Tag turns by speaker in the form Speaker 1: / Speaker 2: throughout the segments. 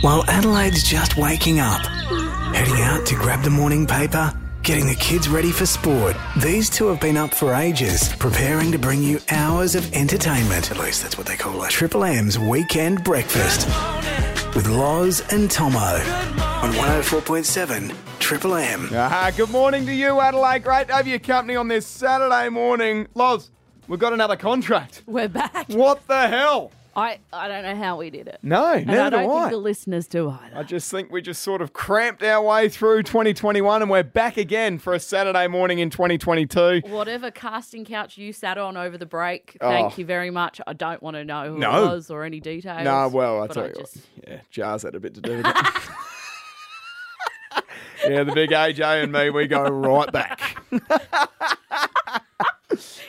Speaker 1: While Adelaide's just waking up, heading out to grab the morning paper, getting the kids ready for sport, these two have been up for ages, preparing to bring you hours of entertainment. At least that's what they call it. Triple M's Weekend Breakfast with Loz and Tomo on 104.7 Triple M.
Speaker 2: Ah, good morning to you, Adelaide. Great to have your company on this Saturday morning. Loz, we've got another contract.
Speaker 3: We're back.
Speaker 2: What the hell?
Speaker 3: I, I don't know how we did it.
Speaker 2: No,
Speaker 3: and
Speaker 2: neither
Speaker 3: I don't
Speaker 2: do
Speaker 3: think
Speaker 2: I.
Speaker 3: the listeners do either.
Speaker 2: I just think we just sort of cramped our way through 2021 and we're back again for a Saturday morning in 2022.
Speaker 3: Whatever casting couch you sat on over the break, thank
Speaker 2: Oh.
Speaker 3: you very much. I don't want to know who
Speaker 2: No.
Speaker 3: it was or any details.
Speaker 2: Nah, well, I
Speaker 3: but
Speaker 2: tell you
Speaker 3: just-
Speaker 2: what. Yeah, Jars had a bit to do with it. yeah, the big AJ and me, we go right back.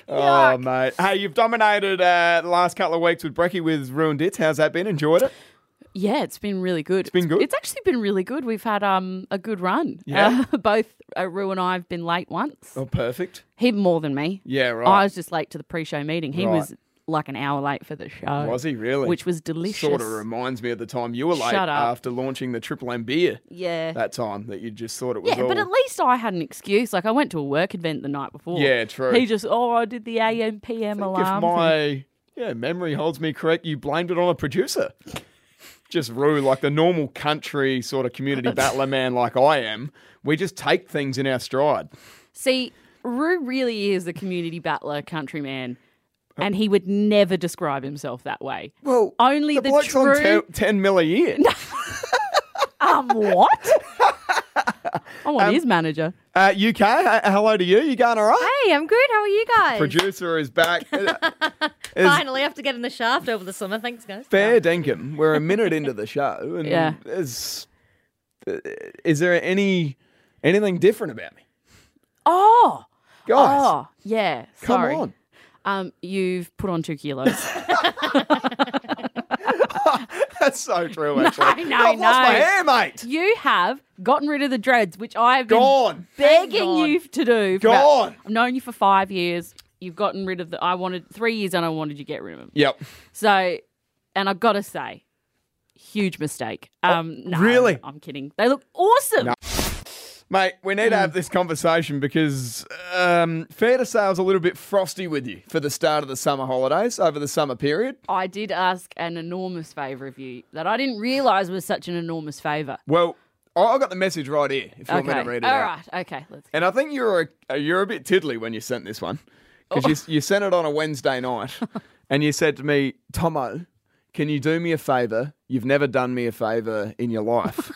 Speaker 2: oh, mate. Hey, you've dominated uh, the last couple of weeks with Brecky with Ruined It. How's that been? Enjoyed it?
Speaker 3: Yeah, it's been really good. It's
Speaker 2: been good?
Speaker 3: It's actually been really good. We've had um a good run.
Speaker 2: Yeah?
Speaker 3: Uh, both uh, Rue and I have been late once.
Speaker 2: Oh, perfect.
Speaker 3: He more than me.
Speaker 2: Yeah, right.
Speaker 3: I was just late to the pre-show meeting. He
Speaker 2: Right.
Speaker 3: was like an hour late for the show.
Speaker 2: Was he really?
Speaker 3: Which was delicious.
Speaker 2: Sort of reminds me of the time you were late
Speaker 3: Shut up.
Speaker 2: after launching the Triple M beer
Speaker 3: yeah.
Speaker 2: that time that you just thought it was
Speaker 3: Yeah,
Speaker 2: all.
Speaker 3: but at least I had an excuse. Like I went to a work event the night before.
Speaker 2: Yeah, true.
Speaker 3: He just, oh, I did the AM PM
Speaker 2: think
Speaker 3: alarm.
Speaker 2: if my yeah memory holds me correct, you blamed it on a producer. Just Rue, like the normal country sort of community battler man like I am, we just take things in our stride.
Speaker 3: See, Rue really is a community battler, countryman,
Speaker 2: Oh.
Speaker 3: and he would never describe himself that way.
Speaker 2: Well,
Speaker 3: Only
Speaker 2: the,
Speaker 3: the
Speaker 2: bloke's on
Speaker 3: true-
Speaker 2: 10, 10 mil a year.
Speaker 3: Um, what? I
Speaker 2: Um,
Speaker 3: want his manager.
Speaker 2: Uh, UK, uh, hello to you. You going all right?
Speaker 4: Hey, I'm good. How are you guys?
Speaker 2: Producer is back. Uh,
Speaker 4: Finally, have to get in the shaft over the summer. Thanks, guys.
Speaker 2: Fair dinkum. We're a minute into the show, and
Speaker 3: Yeah.
Speaker 2: is uh, is there any anything different about me,
Speaker 3: Oh,
Speaker 2: guys?
Speaker 3: oh, yeah.
Speaker 2: come
Speaker 3: Sorry.
Speaker 2: on.
Speaker 3: Um, you've put on two kilos.
Speaker 2: That's so true, actually.
Speaker 3: no,
Speaker 2: I've lost my
Speaker 3: no.
Speaker 2: hair, mate.
Speaker 3: you have gotten rid of the dreads, which I have been
Speaker 2: Gone.
Speaker 3: begging
Speaker 4: Gone.
Speaker 3: you to do. for
Speaker 2: Go
Speaker 3: about-
Speaker 2: on.
Speaker 3: I've known you for five years. You've gotten rid of the. I wanted three years, and I wanted you to get rid of them.
Speaker 2: Yep.
Speaker 3: So, and I've got to say, huge mistake. Um, no,
Speaker 2: Oh, really?
Speaker 3: I'm kidding. They look awesome.
Speaker 2: Mate, we need to
Speaker 3: Mm.
Speaker 2: have this conversation because um, fair to say I was a little bit frosty with you for the start of the summer holidays over the summer period.
Speaker 3: I did ask an enormous favour of you that I didn't realise was such an enormous favour.
Speaker 2: Well, I I got the message right here if you want
Speaker 3: Okay.
Speaker 2: me to read it
Speaker 3: All
Speaker 2: out.
Speaker 3: right. Okay. Let's.
Speaker 2: And I think you're a, you're a bit tiddly when you sent this one because
Speaker 3: Oh.
Speaker 2: you, you sent it on a Wednesday night and you said to me, Tomo, can you do me a favour? You've never done me a favour in your life,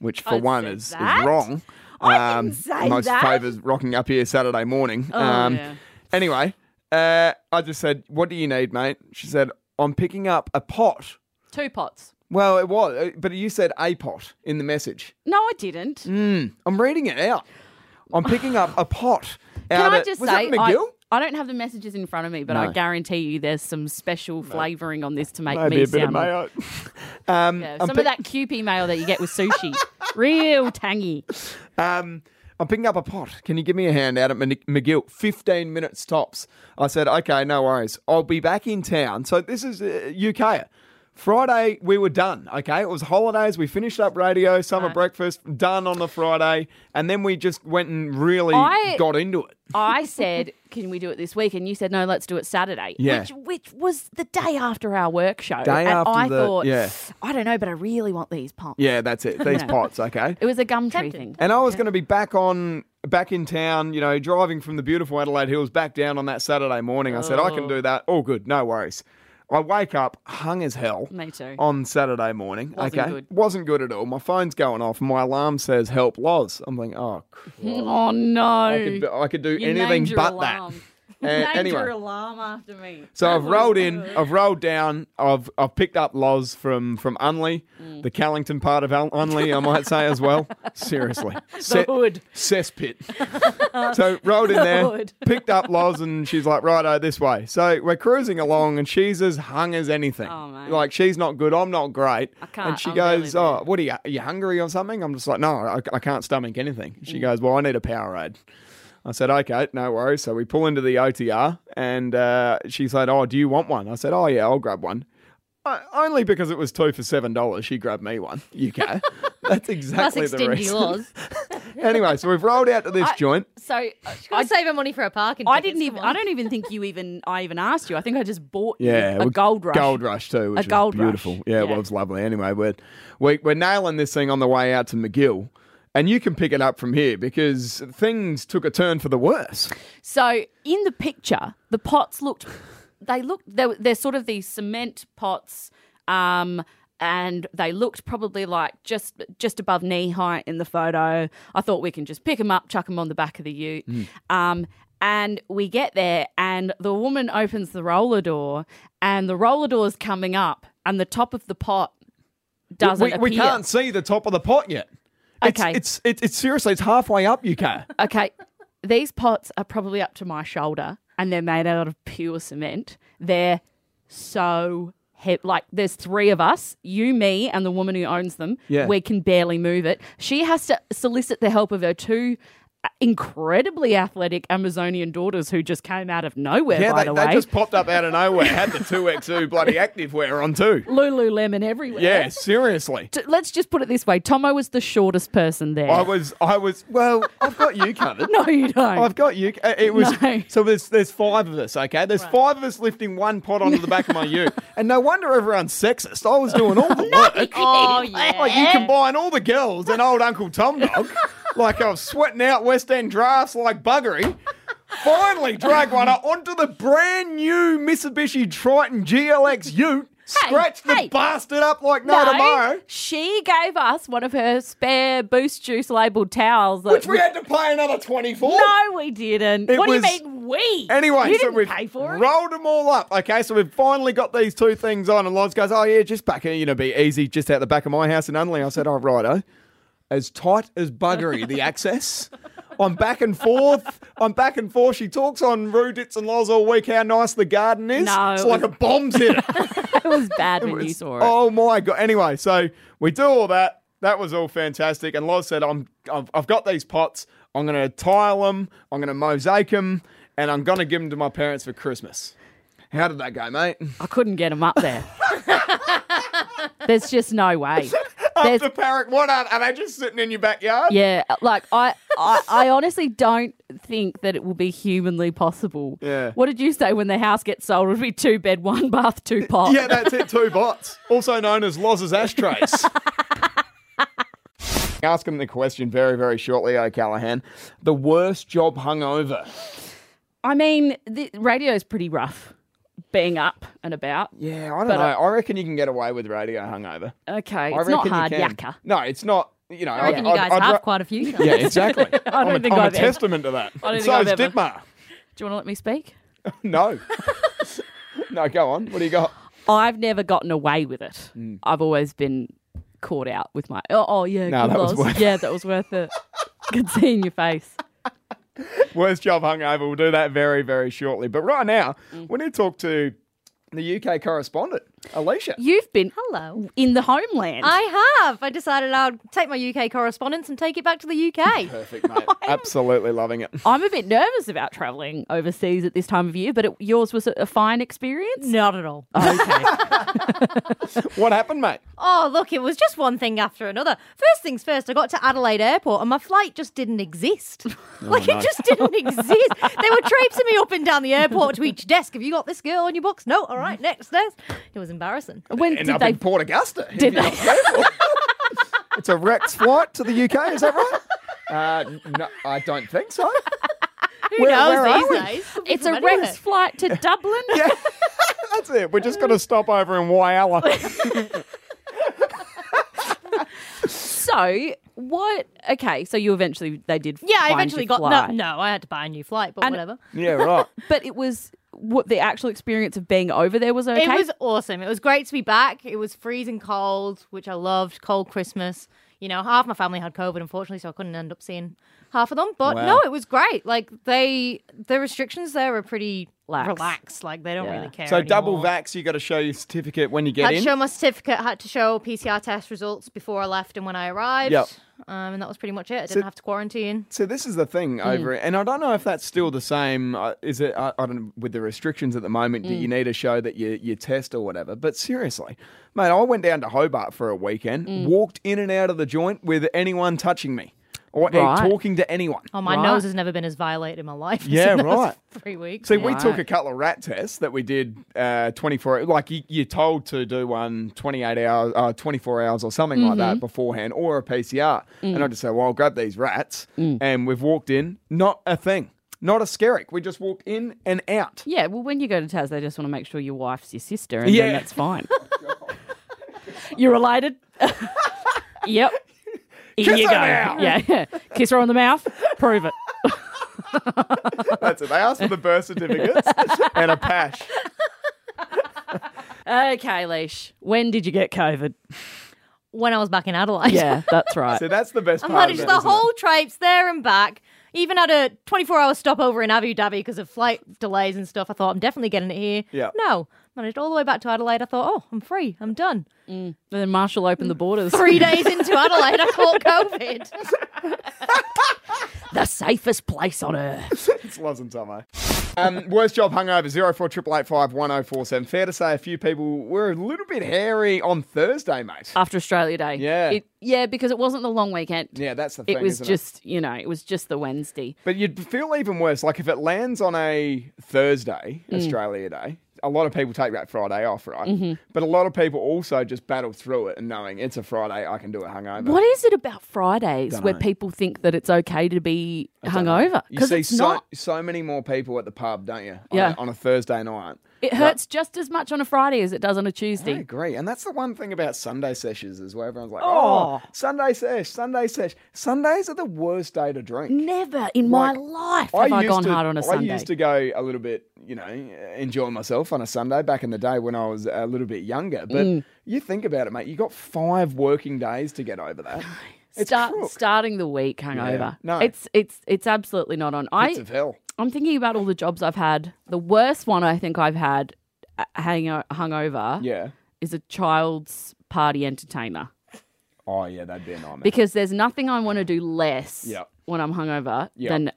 Speaker 2: which for
Speaker 3: I
Speaker 2: one
Speaker 3: said
Speaker 2: is, is
Speaker 3: that?
Speaker 2: wrong. Um,
Speaker 3: I didn't say
Speaker 2: most
Speaker 3: that.
Speaker 2: favours rocking up here Saturday morning. Um,
Speaker 3: Oh, yeah.
Speaker 2: Anyway, uh, I just said, what do you need, mate? She said, I'm picking up a pot.
Speaker 3: Two pots.
Speaker 2: Well, it was, uh, but you said a pot in the message.
Speaker 3: No, I
Speaker 2: Mm.
Speaker 3: didn't.
Speaker 2: I'm reading it out. I'm picking up a pot.
Speaker 3: Can
Speaker 2: out
Speaker 3: I
Speaker 2: of-
Speaker 3: just
Speaker 2: was
Speaker 3: say,
Speaker 2: that
Speaker 3: I,
Speaker 2: McGill?
Speaker 3: I don't have the messages in front of me, but I guarantee you there's some special flavouring on this to make
Speaker 2: Maybe
Speaker 3: me
Speaker 2: a bit of
Speaker 3: sound
Speaker 2: mayo. um,
Speaker 3: Yeah,
Speaker 2: I'm,
Speaker 3: some
Speaker 2: pick-
Speaker 3: of that Kewpie mail that you get with sushi. Real tangy.
Speaker 2: um, I'm picking up a pot. Can you give me a hand out at Mc- McGill? 15 minutes tops. I said, okay, no worries. I'll be back in town. So this is uh, UK. Friday, we were done, okay? It was holidays. We finished up radio, summer breakfast, done on the Friday. And then we just went and really
Speaker 3: I-
Speaker 2: got into it.
Speaker 3: I said, "Can we do it this week?" And you said, "No, let's do it Saturday."
Speaker 2: Yeah.
Speaker 3: Which, which was the day after our work show.
Speaker 2: Day
Speaker 3: and
Speaker 2: after
Speaker 3: I
Speaker 2: the-
Speaker 3: thought,
Speaker 2: yeah.
Speaker 3: I don't know, but I really want these pumps.
Speaker 2: Yeah, that's it. These
Speaker 3: Yeah.
Speaker 2: pots, okay?
Speaker 3: It was a gum tree
Speaker 4: Tempting.
Speaker 3: thing.
Speaker 2: And I was going to be back on, back in town, you know, driving from the beautiful Adelaide Hills back down on that Saturday morning. I said, I
Speaker 3: Oh.
Speaker 2: can do that. All good. No worries. I wake up hung as hell.
Speaker 3: Me too.
Speaker 2: On Saturday morning.
Speaker 3: Wasn't
Speaker 2: okay.
Speaker 3: good.
Speaker 2: Wasn't good at all. My phone's going off. My alarm says, help, Loz. I'm like, oh, crap.
Speaker 3: Oh no!
Speaker 2: I, could, I could do
Speaker 3: You
Speaker 2: anything
Speaker 3: named your
Speaker 2: but
Speaker 3: alarm.
Speaker 2: that.
Speaker 3: You
Speaker 2: And
Speaker 3: named
Speaker 2: anyway.
Speaker 3: your alarm after me.
Speaker 2: So I've rolled in, I've rolled down, I've I've picked up Loz from from Unley,
Speaker 3: Mm.
Speaker 2: the Callington part of Al- Unley, I might say as well. Seriously, Se-
Speaker 3: hood.
Speaker 2: cesspit. so rolled in there,
Speaker 3: hood.
Speaker 2: picked up Loz, and she's like, "Righto, this way." So we're cruising along, and she's as hung as anything.
Speaker 3: Oh, mate.
Speaker 2: Like she's not good, I'm not great. I
Speaker 3: can't,
Speaker 2: And she
Speaker 3: I'm really
Speaker 2: goes,
Speaker 3: bad.
Speaker 2: "Oh, what are you? Are you hungry or something?" I'm just like, "No, I, I can't stomach anything." She
Speaker 3: Mm.
Speaker 2: goes, "Well, I need a Powerade." I said, okay, no worries. So we pull into the OTR and uh, she said, oh, do you want one? I said, oh, yeah, I'll grab one. Uh, only because it was two for seven dollars, she grabbed me one. UK. That's
Speaker 4: Plus
Speaker 2: exactly the
Speaker 4: extend
Speaker 2: reason.
Speaker 4: yours.
Speaker 2: Anyway, so we've rolled out to this
Speaker 3: I-
Speaker 2: joint.
Speaker 3: So I,
Speaker 4: Gotta save her money for a parking.
Speaker 3: I
Speaker 4: ticket,
Speaker 3: didn't even.
Speaker 4: come on.
Speaker 3: I don't even think you even. I even asked you. I think I just bought you
Speaker 2: Yeah,
Speaker 3: a
Speaker 2: we-
Speaker 3: gold rush.
Speaker 2: Gold rush too, which
Speaker 3: A
Speaker 2: was
Speaker 3: gold rush,
Speaker 2: beautiful. Yeah, well,
Speaker 3: yeah.
Speaker 2: it's lovely. Anyway, we're we, we're nailing this thing on the way out to McGill, and you can pick it up from here because things took a turn for the worse.
Speaker 3: So in the picture, the pots looked. They looked. They're, they're sort of these cement pots, um, and they looked probably like just just above knee height in the photo. I thought we can just pick them up, chuck them on the back of the ute.
Speaker 2: Mm.
Speaker 3: Um, and we get there, and the woman opens the roller door, and the roller door's coming up, and the top of the pot doesn't
Speaker 2: we, we
Speaker 3: appear.
Speaker 2: can't see the top of the pot yet. It's-
Speaker 3: Okay. Oh,
Speaker 2: it's it's it's seriously it's halfway up. UK.
Speaker 3: Okay, these pots are probably up to my shoulder, and they're made out of pure cement. They're so heavy. Like there's three of us, you, me, and the woman who owns them.
Speaker 2: Yeah.
Speaker 3: we can barely move it. She has to solicit the help of her two. uh, Incredibly athletic Amazonian daughters who just came out of nowhere,
Speaker 2: Yeah,
Speaker 3: by
Speaker 2: they,
Speaker 3: the
Speaker 2: they
Speaker 3: way.
Speaker 2: just popped up out of nowhere. Had the two XU bloody active wear on too.
Speaker 3: Lululemon everywhere.
Speaker 2: Yeah, seriously.
Speaker 3: T- Let's just put it this way Tomo was the shortest person there.
Speaker 2: I was I was well. I've got you covered.
Speaker 3: no, you don't.
Speaker 2: I've got you. Uh, It was
Speaker 3: No.
Speaker 2: so. There's there's five of us. Okay, there's five of us lifting one pot onto the back of my ute, and no wonder everyone's sexist. I was doing all the work.
Speaker 4: Oh yeah.
Speaker 2: Like you combine all the girls and old Uncle Tom Dog. like I was sweating out West End drafts like buggery. Finally, drag one up onto the brand new Mitsubishi Triton GLX Ute. Scratched the
Speaker 3: hey.
Speaker 2: bastard up like no,
Speaker 3: No,
Speaker 2: tomorrow.
Speaker 3: She gave us one of her spare Boost Juice labeled towels. That
Speaker 2: Which we had to pay another twenty four.
Speaker 3: no, we didn't.
Speaker 2: It
Speaker 3: what
Speaker 2: was-
Speaker 3: do you mean we?
Speaker 2: Anyway,
Speaker 3: you
Speaker 2: so
Speaker 3: didn't
Speaker 2: we've
Speaker 3: pay for it.
Speaker 2: rolled them all up. Okay, so we've finally got these two things on, and Loz goes, "Oh yeah, just back, you know, be easy, just out the back of my house in Unley." I said, "Oh righto, as tight as buggery the access." I'm back and forth. I'm back and forth. She talks on Ruditz and Loz all week how nice the garden is.
Speaker 3: No,
Speaker 2: it's
Speaker 3: it
Speaker 2: like
Speaker 3: was-
Speaker 2: a bomb's hit. it.
Speaker 3: it was bad when you
Speaker 2: It's-
Speaker 3: saw it.
Speaker 2: Oh my god! Anyway, so we do all that. That was all fantastic. And Loz said, "I'm, I've, I've got these pots. I'm going to tile them. I'm going to mosaic them, and I'm going to give them to my parents for Christmas." How did that go, mate?
Speaker 3: I couldn't get them up there. There's just no way.
Speaker 2: Up
Speaker 3: There's,
Speaker 2: to Parrot, what are, are they just sitting in your backyard?
Speaker 3: yeah, like I, I, I honestly don't think that it will be humanly possible.
Speaker 2: Yeah.
Speaker 3: What did you say when the house gets sold? It'll be two bed, one bath, two pot.
Speaker 2: Yeah, that's it. Two bots, also known as Loz's ashtrays. Ask him the question very, very shortly, O'Callaghan. The worst job hungover.
Speaker 3: I mean, the radio's pretty rough, being up and about.
Speaker 2: Yeah, I don't
Speaker 3: But,
Speaker 2: know.
Speaker 3: uh,
Speaker 2: I reckon you can get away with radio hungover.
Speaker 3: Okay,
Speaker 2: I
Speaker 3: it's not
Speaker 2: reckon you
Speaker 3: hard
Speaker 2: can.
Speaker 3: yakka.
Speaker 2: No, it's not. You know,
Speaker 4: I reckon you guys have quite a few.
Speaker 2: Yeah, exactly. I
Speaker 3: don't
Speaker 2: am
Speaker 3: think
Speaker 2: a, I'm
Speaker 3: I've
Speaker 2: a
Speaker 3: ever-
Speaker 2: testament to that.
Speaker 3: don't think
Speaker 2: so
Speaker 3: I've
Speaker 2: is
Speaker 3: ever.
Speaker 2: Dittmar.
Speaker 3: Do you want to let me speak?
Speaker 2: No. no, go on. What do you got?
Speaker 3: I've never gotten away with it.
Speaker 2: Mm.
Speaker 3: I've always been caught out with my oh, oh yeah,
Speaker 2: No,
Speaker 3: good
Speaker 2: that was
Speaker 3: loss.
Speaker 2: worth it.
Speaker 3: yeah, that was worth it. good seeing your face.
Speaker 2: Worst job hungover. We'll do that very, very shortly. But right now,
Speaker 3: Mm.
Speaker 2: we need to talk to the UK correspondent, Alicia.
Speaker 3: You've been
Speaker 4: Hello.
Speaker 3: in the homeland.
Speaker 4: I have. I decided I'd take my UK correspondence and take it back to the UK.
Speaker 2: Perfect, mate. Absolutely loving it.
Speaker 3: I'm a bit nervous about travelling overseas at this time of year, but it, yours was a, a fine experience. Oh,
Speaker 4: Not at all.
Speaker 3: Okay.
Speaker 2: What happened, mate?
Speaker 4: Oh, look, it was just one thing after another. First things first, I got to Adelaide Airport and my flight just didn't exist. like,
Speaker 2: Oh, no.
Speaker 4: it just didn't exist. They were traipsing me up and down the airport to each desk. Have you got this girl on your books? No. All right, next desk. It was embarrassing.
Speaker 3: when
Speaker 2: End
Speaker 3: did
Speaker 2: up
Speaker 3: they?
Speaker 2: in Port Augusta.
Speaker 3: Did they?
Speaker 2: It's a Rex flight to the UK, is that right? Uh, no, I don't think so.
Speaker 4: Who
Speaker 2: Where-
Speaker 4: knows
Speaker 2: where are we?
Speaker 4: these days? Could be
Speaker 3: it's
Speaker 4: from
Speaker 3: a
Speaker 4: anywhere.
Speaker 3: Rex flight to Dublin.
Speaker 2: Yeah, that's it. We're just going to stop over in Wyala.
Speaker 3: So what? Okay, so you eventually they did.
Speaker 4: Yeah, I
Speaker 3: find
Speaker 4: eventually
Speaker 3: your
Speaker 4: got. No,
Speaker 3: flight.
Speaker 4: no, I had to buy a new flight, but
Speaker 3: And-
Speaker 4: whatever.
Speaker 2: yeah, right.
Speaker 3: But it was what the actual experience of being over there was okay.
Speaker 4: It was awesome. It was great to be back. It was freezing cold, which I loved. Cold Christmas. You know, half my family had COVID, unfortunately, so I couldn't end up seeing half of them. But
Speaker 2: Wow.
Speaker 4: no, it was great. Like they, the restrictions there are pretty
Speaker 3: Lax.
Speaker 4: relaxed. Like they don't
Speaker 3: Yeah.
Speaker 4: really care.
Speaker 2: So double
Speaker 4: anymore.
Speaker 2: vax, you got to show your certificate when you get
Speaker 4: Had
Speaker 2: in.
Speaker 4: to show my certificate. Had to show PCR test results before I left and when I arrived.
Speaker 2: Yep.
Speaker 4: Um, and that was pretty much it. I didn't have to quarantine.
Speaker 2: So this is the thing over, and I don't know if that's still the same. Uh, is it? I, I don't. With the restrictions at the moment, do you
Speaker 4: Hmm.
Speaker 2: need to show that you you test or whatever? But seriously, mate, I went down to Hobart for a weekend,
Speaker 4: Hmm.
Speaker 2: walked in and out of the joint with anyone touching me or eh,
Speaker 3: Right.
Speaker 2: talking to anyone.
Speaker 4: Oh, my
Speaker 3: Right.
Speaker 4: nose has never been as violated in my life. as
Speaker 2: Yeah,
Speaker 4: in those
Speaker 2: right.
Speaker 4: Three weeks.
Speaker 2: See, we took
Speaker 3: Right.
Speaker 2: a couple of rat tests that we did uh, 24 like you, you're told to do one 28 hours, uh, 24 hours or something like
Speaker 3: Mm-hmm.
Speaker 2: that beforehand or a PCR.
Speaker 3: Mm.
Speaker 2: And I just said, well, I'll grab these rats. And we've walked in, not a thing, not a skerrick. We just walked in and out.
Speaker 3: Yeah, well, when you go to Tas, they just want to make sure your wife's your sister, and
Speaker 2: Yeah.
Speaker 3: then that's fine. You're related. yep. Here you
Speaker 2: her
Speaker 3: go.
Speaker 2: now.
Speaker 3: Yeah, yeah. Kiss her on the mouth. Prove it.
Speaker 2: That's it. They asked for the birth certificates and a pash.
Speaker 3: Okay, Leash. When did you get COVID?
Speaker 4: when I was back in Adelaide.
Speaker 3: Yeah, that's right.
Speaker 2: So that's the best
Speaker 4: I
Speaker 2: part of
Speaker 4: managed
Speaker 2: it,
Speaker 4: the
Speaker 2: isn't it?
Speaker 4: whole traipse there and back. Even had a 24 hour stopover in Abu Dhabi because of flight delays and stuff. I thought, I'm definitely getting it here.
Speaker 2: Yeah.
Speaker 4: No. Managed all the way back to Adelaide. I thought, oh, I'm free. I'm done.
Speaker 3: And then Marshall opened the borders.
Speaker 4: Three days into Adelaide, I caught COVID.
Speaker 3: The safest place on earth.
Speaker 2: It's Loz and Tomo. Um, worst job hungover, 04885 Fair to say a few people were a little bit hairy on Thursday, mate.
Speaker 3: After Australia Day.
Speaker 2: Yeah.
Speaker 3: It, yeah, because it wasn't the long weekend.
Speaker 2: Yeah, that's the
Speaker 3: It
Speaker 2: thing.
Speaker 3: was
Speaker 2: isn't
Speaker 3: just, you know, it was just the Wednesday.
Speaker 2: But you'd feel even worse. Like if it lands on a Thursday,
Speaker 3: Mm.
Speaker 2: Australia Day, a lot of people take that Friday off, right?
Speaker 3: Mm-hmm.
Speaker 2: But a lot of people also just battle through it and knowing it's a Friday, I can do it hungover.
Speaker 3: What is it about Fridays where
Speaker 2: know.
Speaker 3: people think that it's okay to be hungover?
Speaker 2: You see
Speaker 3: it's
Speaker 2: so
Speaker 3: not.
Speaker 2: so many more people at the pub, don't you? On
Speaker 3: Yeah.
Speaker 2: a, on a Thursday night.
Speaker 3: It hurts just as much on a Friday as it does on a
Speaker 2: I
Speaker 3: Tuesday.
Speaker 2: agree, and that's the one thing about Sunday sessions is where everyone's like, "Oh,
Speaker 3: Oh.
Speaker 2: Sunday sesh, Sunday sesh." Sundays are the worst day to drink.
Speaker 3: Never in my
Speaker 2: Like,
Speaker 3: life have I,
Speaker 2: used
Speaker 3: gone
Speaker 2: to-
Speaker 3: hard on a Sunday.
Speaker 2: I used to go a little bit, you know, enjoy myself on a Sunday back in the day when I was a little bit younger. But
Speaker 3: Mm.
Speaker 2: you think about it, mate, you got five working days to get over that. It's
Speaker 3: Start,
Speaker 2: crook.
Speaker 3: starting the week hungover.
Speaker 2: No.
Speaker 3: It's it's it's absolutely not on.
Speaker 2: Pits
Speaker 3: I
Speaker 2: of hell.
Speaker 3: I'm thinking about all the jobs I've had. The worst one I think I've had uh, hang hungover
Speaker 2: Yeah.
Speaker 3: is a child's party entertainer
Speaker 2: Oh yeah, that'd be a nightmare.
Speaker 3: because there's nothing I want to do less
Speaker 2: Yep.
Speaker 3: when I'm hungover
Speaker 2: Yep.
Speaker 3: than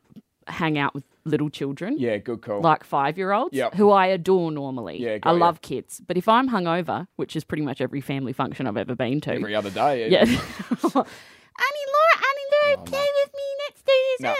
Speaker 3: hang out with little children.
Speaker 2: yeah, good call.
Speaker 3: like five year olds
Speaker 2: Yep.
Speaker 3: who I adore normally.
Speaker 2: Yeah, got
Speaker 3: I
Speaker 2: ya.
Speaker 3: love kids. But if I'm hungover, which is pretty much every family function I've ever been to,
Speaker 2: Every other day.
Speaker 3: yeah. Annie Laura, Annie Laura, play with me. Let's do this.
Speaker 2: No.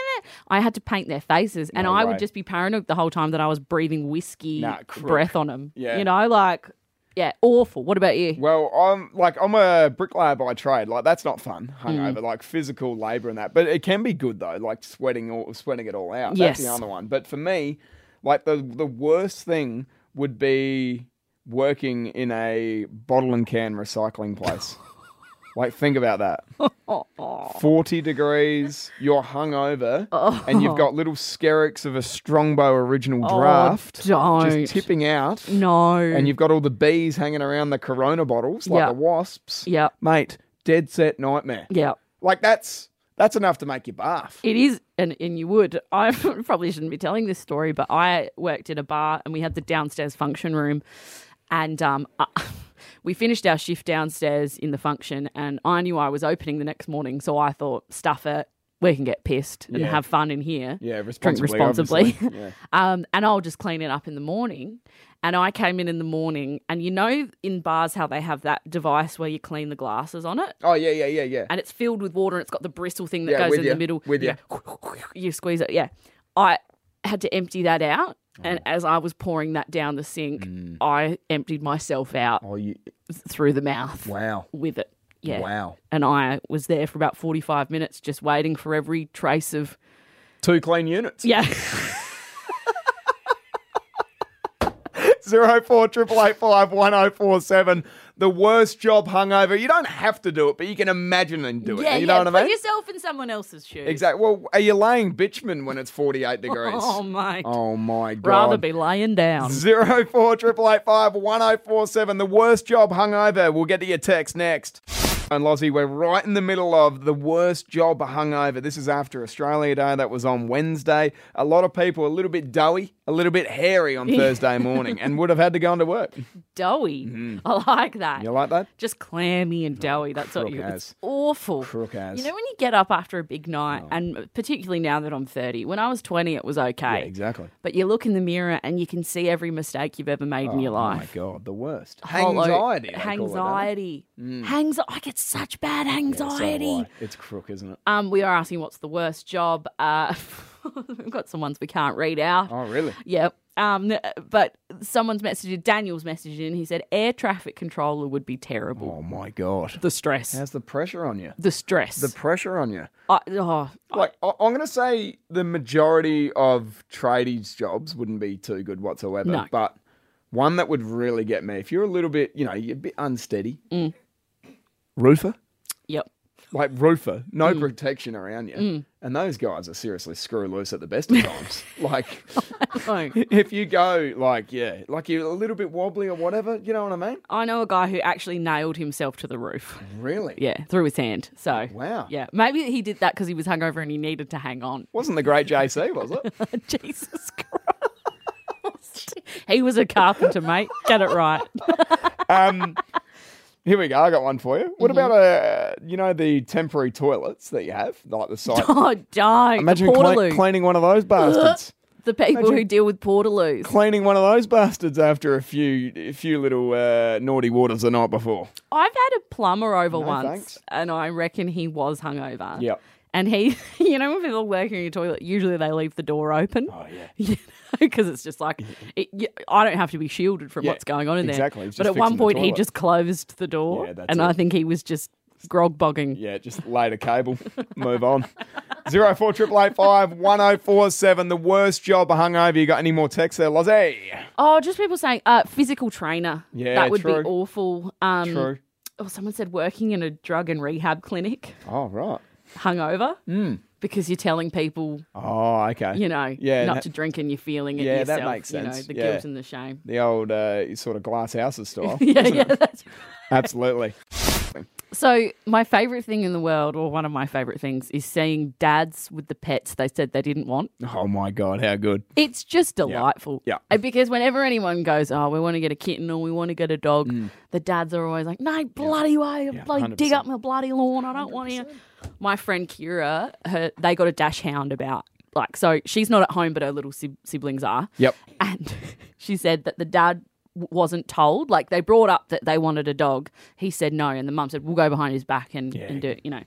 Speaker 3: I had to paint their faces, and
Speaker 2: No
Speaker 3: I
Speaker 2: way.
Speaker 3: would just be paranoid the whole time that I was breathing whiskey
Speaker 2: Nah, crook.
Speaker 3: breath on them.
Speaker 2: Yeah.
Speaker 3: You know, like, yeah, awful. What about you?
Speaker 2: Well, I'm like I'm a bricklayer by trade. Like that's not fun
Speaker 3: Hmm.
Speaker 2: hungover, like physical labor and that. But it can be good though, like sweating all sweating it all out. That's the
Speaker 3: Yes.
Speaker 2: other one. But for me, like the the worst thing would be working in a bottle and can recycling place. like think about that. 40 degrees, you're hungover,
Speaker 3: Oh.
Speaker 2: and you've got little skerricks of a Strongbow original draft
Speaker 3: don't.
Speaker 2: just tipping out
Speaker 3: no.
Speaker 2: and you've got all the bees hanging around the corona bottles like
Speaker 3: Mm. Yeah.
Speaker 2: the wasps.
Speaker 3: Yeah.
Speaker 2: Mate, dead set nightmare.
Speaker 3: yeah.
Speaker 2: Like that's that's enough to make you barf.
Speaker 3: It is, and, and you would. I probably shouldn't be telling this story, but I worked in a bar and we had the downstairs function room. And um, uh, we finished our shift downstairs in the function, and I knew I was opening the next morning. So I thought, stuff it. We can get pissed and
Speaker 2: Yeah.
Speaker 3: have fun in here.
Speaker 2: yeah,
Speaker 3: Drink
Speaker 2: responsibly.
Speaker 3: responsibly.
Speaker 2: obviously. yeah.
Speaker 3: um, and I'll just clean it up in the morning. And I came in in the morning, and you know, in bars, how they have that device where you clean the glasses on it
Speaker 2: Oh yeah, yeah, yeah, yeah.
Speaker 3: and it's filled with water and it's got the bristle thing that
Speaker 2: Yeah,
Speaker 3: goes
Speaker 2: with
Speaker 3: in
Speaker 2: ya,
Speaker 3: the middle.
Speaker 2: with
Speaker 3: yeah. You squeeze it. Yeah. I had to empty that out.
Speaker 2: Oh.
Speaker 3: And as I was pouring that down the sink, I emptied myself out
Speaker 2: Mm. oh, you
Speaker 3: through the mouth
Speaker 2: wow.
Speaker 3: with it. Yeah.
Speaker 2: Wow.
Speaker 3: And I was there for about 45 minutes just waiting for every trace of.
Speaker 2: Two clean units.
Speaker 3: Yeah.
Speaker 2: Zero four triple eight five one zero four seven. The worst job hungover. You don't have to do it, but you can imagine and do it.
Speaker 3: yeah.
Speaker 2: you know
Speaker 3: yeah.
Speaker 2: what
Speaker 3: Put
Speaker 2: I mean?
Speaker 3: yourself in someone else's shoes.
Speaker 2: Exactly. Well, are you laying bitchman when it's forty eight degrees?
Speaker 3: Oh, my.
Speaker 2: Oh, my god.
Speaker 3: Rather be laying down.
Speaker 2: Zero oh four triple eight five one zero four seven. The worst job hungover. We'll get to your text next. And Lozzie, we're right in the middle of the worst job hungover. This is after Australia Day. That was on Wednesday. A lot of people a little bit doughy, a little bit hairy on Thursday morning and would have had to go into work.
Speaker 3: Doughy.
Speaker 2: Mm.
Speaker 3: I like that.
Speaker 2: You like that?
Speaker 3: Just clammy and doughy. That's what
Speaker 2: Oh, crook
Speaker 3: you.
Speaker 2: as.
Speaker 3: It's awful.
Speaker 2: Crook as.
Speaker 3: You know when you get up after a big night, and particularly now that I'm 30. When I was 20, it was okay.
Speaker 2: Yeah, exactly.
Speaker 3: But you look in the mirror and you can see every mistake you've ever made in your
Speaker 2: Oh my
Speaker 3: life.
Speaker 2: God, the worst.
Speaker 3: Hollow-
Speaker 2: Anxiety.
Speaker 3: Anxiety.
Speaker 2: Mm.
Speaker 3: Hangs- I get such bad anxiety.
Speaker 2: It's crook, isn't it?
Speaker 3: um, we are asking what's the worst job. Uh, we've got some ones we can't read out.
Speaker 2: Oh, really?
Speaker 3: Yep. Um, but someone's messaged, Daniel's messaged in. He said air traffic controller would be terrible.
Speaker 2: Oh, my God.
Speaker 3: The stress.
Speaker 2: How's the pressure on you?
Speaker 3: the stress.
Speaker 2: The pressure on you.
Speaker 3: I, oh,
Speaker 2: Like, I- I'm going to say the majority of tradies jobs wouldn't be too good whatsoever.
Speaker 3: No.
Speaker 2: But one that would really get me, if you're a little bit, you know, you're a bit unsteady,
Speaker 3: Mm.
Speaker 2: roofer,
Speaker 3: yep.
Speaker 2: like roofer, no
Speaker 3: Mm.
Speaker 2: protection around you. And those guys are seriously screw loose at the best of times. like,
Speaker 3: Oh.
Speaker 2: if you go, like, yeah, like you're a little bit wobbly or whatever, you know what I mean?
Speaker 3: I know a guy who actually nailed himself to the roof.
Speaker 2: Really?
Speaker 3: Yeah, through his hand. So
Speaker 2: Wow.
Speaker 3: Yeah, maybe he did that because he was hungover and he needed to hang on.
Speaker 2: Wasn't the great JC, was it?
Speaker 3: Jesus Christ. he was a carpenter, mate. Get it right.
Speaker 2: Um, here we go. I got one for you. What about uh, you know, the temporary toilets that you have, like the Uh-huh. site?
Speaker 3: Oh, don't.
Speaker 2: Imagine
Speaker 3: the
Speaker 2: cle-
Speaker 3: Portaloo.
Speaker 2: cleaning one of those bastards.
Speaker 3: the people who
Speaker 2: imagine-
Speaker 3: deal with Portaloos.
Speaker 2: cleaning one of those bastards after a few, a few little uh, naughty waters the night before.
Speaker 3: I've had a plumber over once,
Speaker 2: thanks.
Speaker 3: and I reckon he was hungover.
Speaker 2: Yep.
Speaker 3: And he, you know, when people work in your toilet, usually they leave the door open.
Speaker 2: Oh yeah.
Speaker 3: you because it's just like it, y I don't have to be shielded from
Speaker 2: Yeah,
Speaker 3: what's going on in there.
Speaker 2: exactly. It's
Speaker 3: But
Speaker 2: just
Speaker 3: at one
Speaker 2: fixing the
Speaker 3: point, he
Speaker 2: toilet.
Speaker 3: just closed the door,
Speaker 2: Yeah, that's
Speaker 3: and
Speaker 2: it.
Speaker 3: I think he was just grog bogging.
Speaker 2: Yeah, just laid a cable. Move on. Zero four triple eight five one zero four seven. The worst job hungover. You got any more texts there, Lozzie?
Speaker 3: Oh, just people saying uh, physical trainer.
Speaker 2: Yeah,
Speaker 3: that would
Speaker 2: true.
Speaker 3: be awful. Um,
Speaker 2: True.
Speaker 3: Oh, someone said working in a drug and rehab clinic,
Speaker 2: Oh right.
Speaker 3: hungover,
Speaker 2: Hmm.
Speaker 3: because you're telling people,
Speaker 2: Oh okay.
Speaker 3: you know,
Speaker 2: Yeah,
Speaker 3: not
Speaker 2: that-
Speaker 3: to drink, and you're feeling it
Speaker 2: Yeah, that
Speaker 3: yourself.
Speaker 2: makes
Speaker 3: You know,
Speaker 2: sense.
Speaker 3: the
Speaker 2: Yeah.
Speaker 3: guilt and the shame.
Speaker 2: the old uh, sort of glass houses style.
Speaker 3: Yeah, yeah. That's,
Speaker 2: Absolutely.
Speaker 3: So my favorite thing in the world, or one of my favorite things, is seeing dads with the pets they said they didn't want.
Speaker 2: Oh my god, how good.
Speaker 3: It's just delightful.
Speaker 2: Yeah.
Speaker 3: And Because whenever anyone goes, oh, we want to get a kitten or we want to get a dog,
Speaker 2: Mm.
Speaker 3: the dads are always like, no, bloody way, bloody dig
Speaker 2: 100%.
Speaker 3: up my bloody lawn. I don't want you. My friend Kira, her, they got a dash hound about, like, so she's not at home, but her little sib- siblings are.
Speaker 2: Yep.
Speaker 3: And she said that the dad w- wasn't told. Like they brought up that they wanted a dog. He said no, and the mum said we'll go behind his back and, and do it. You know,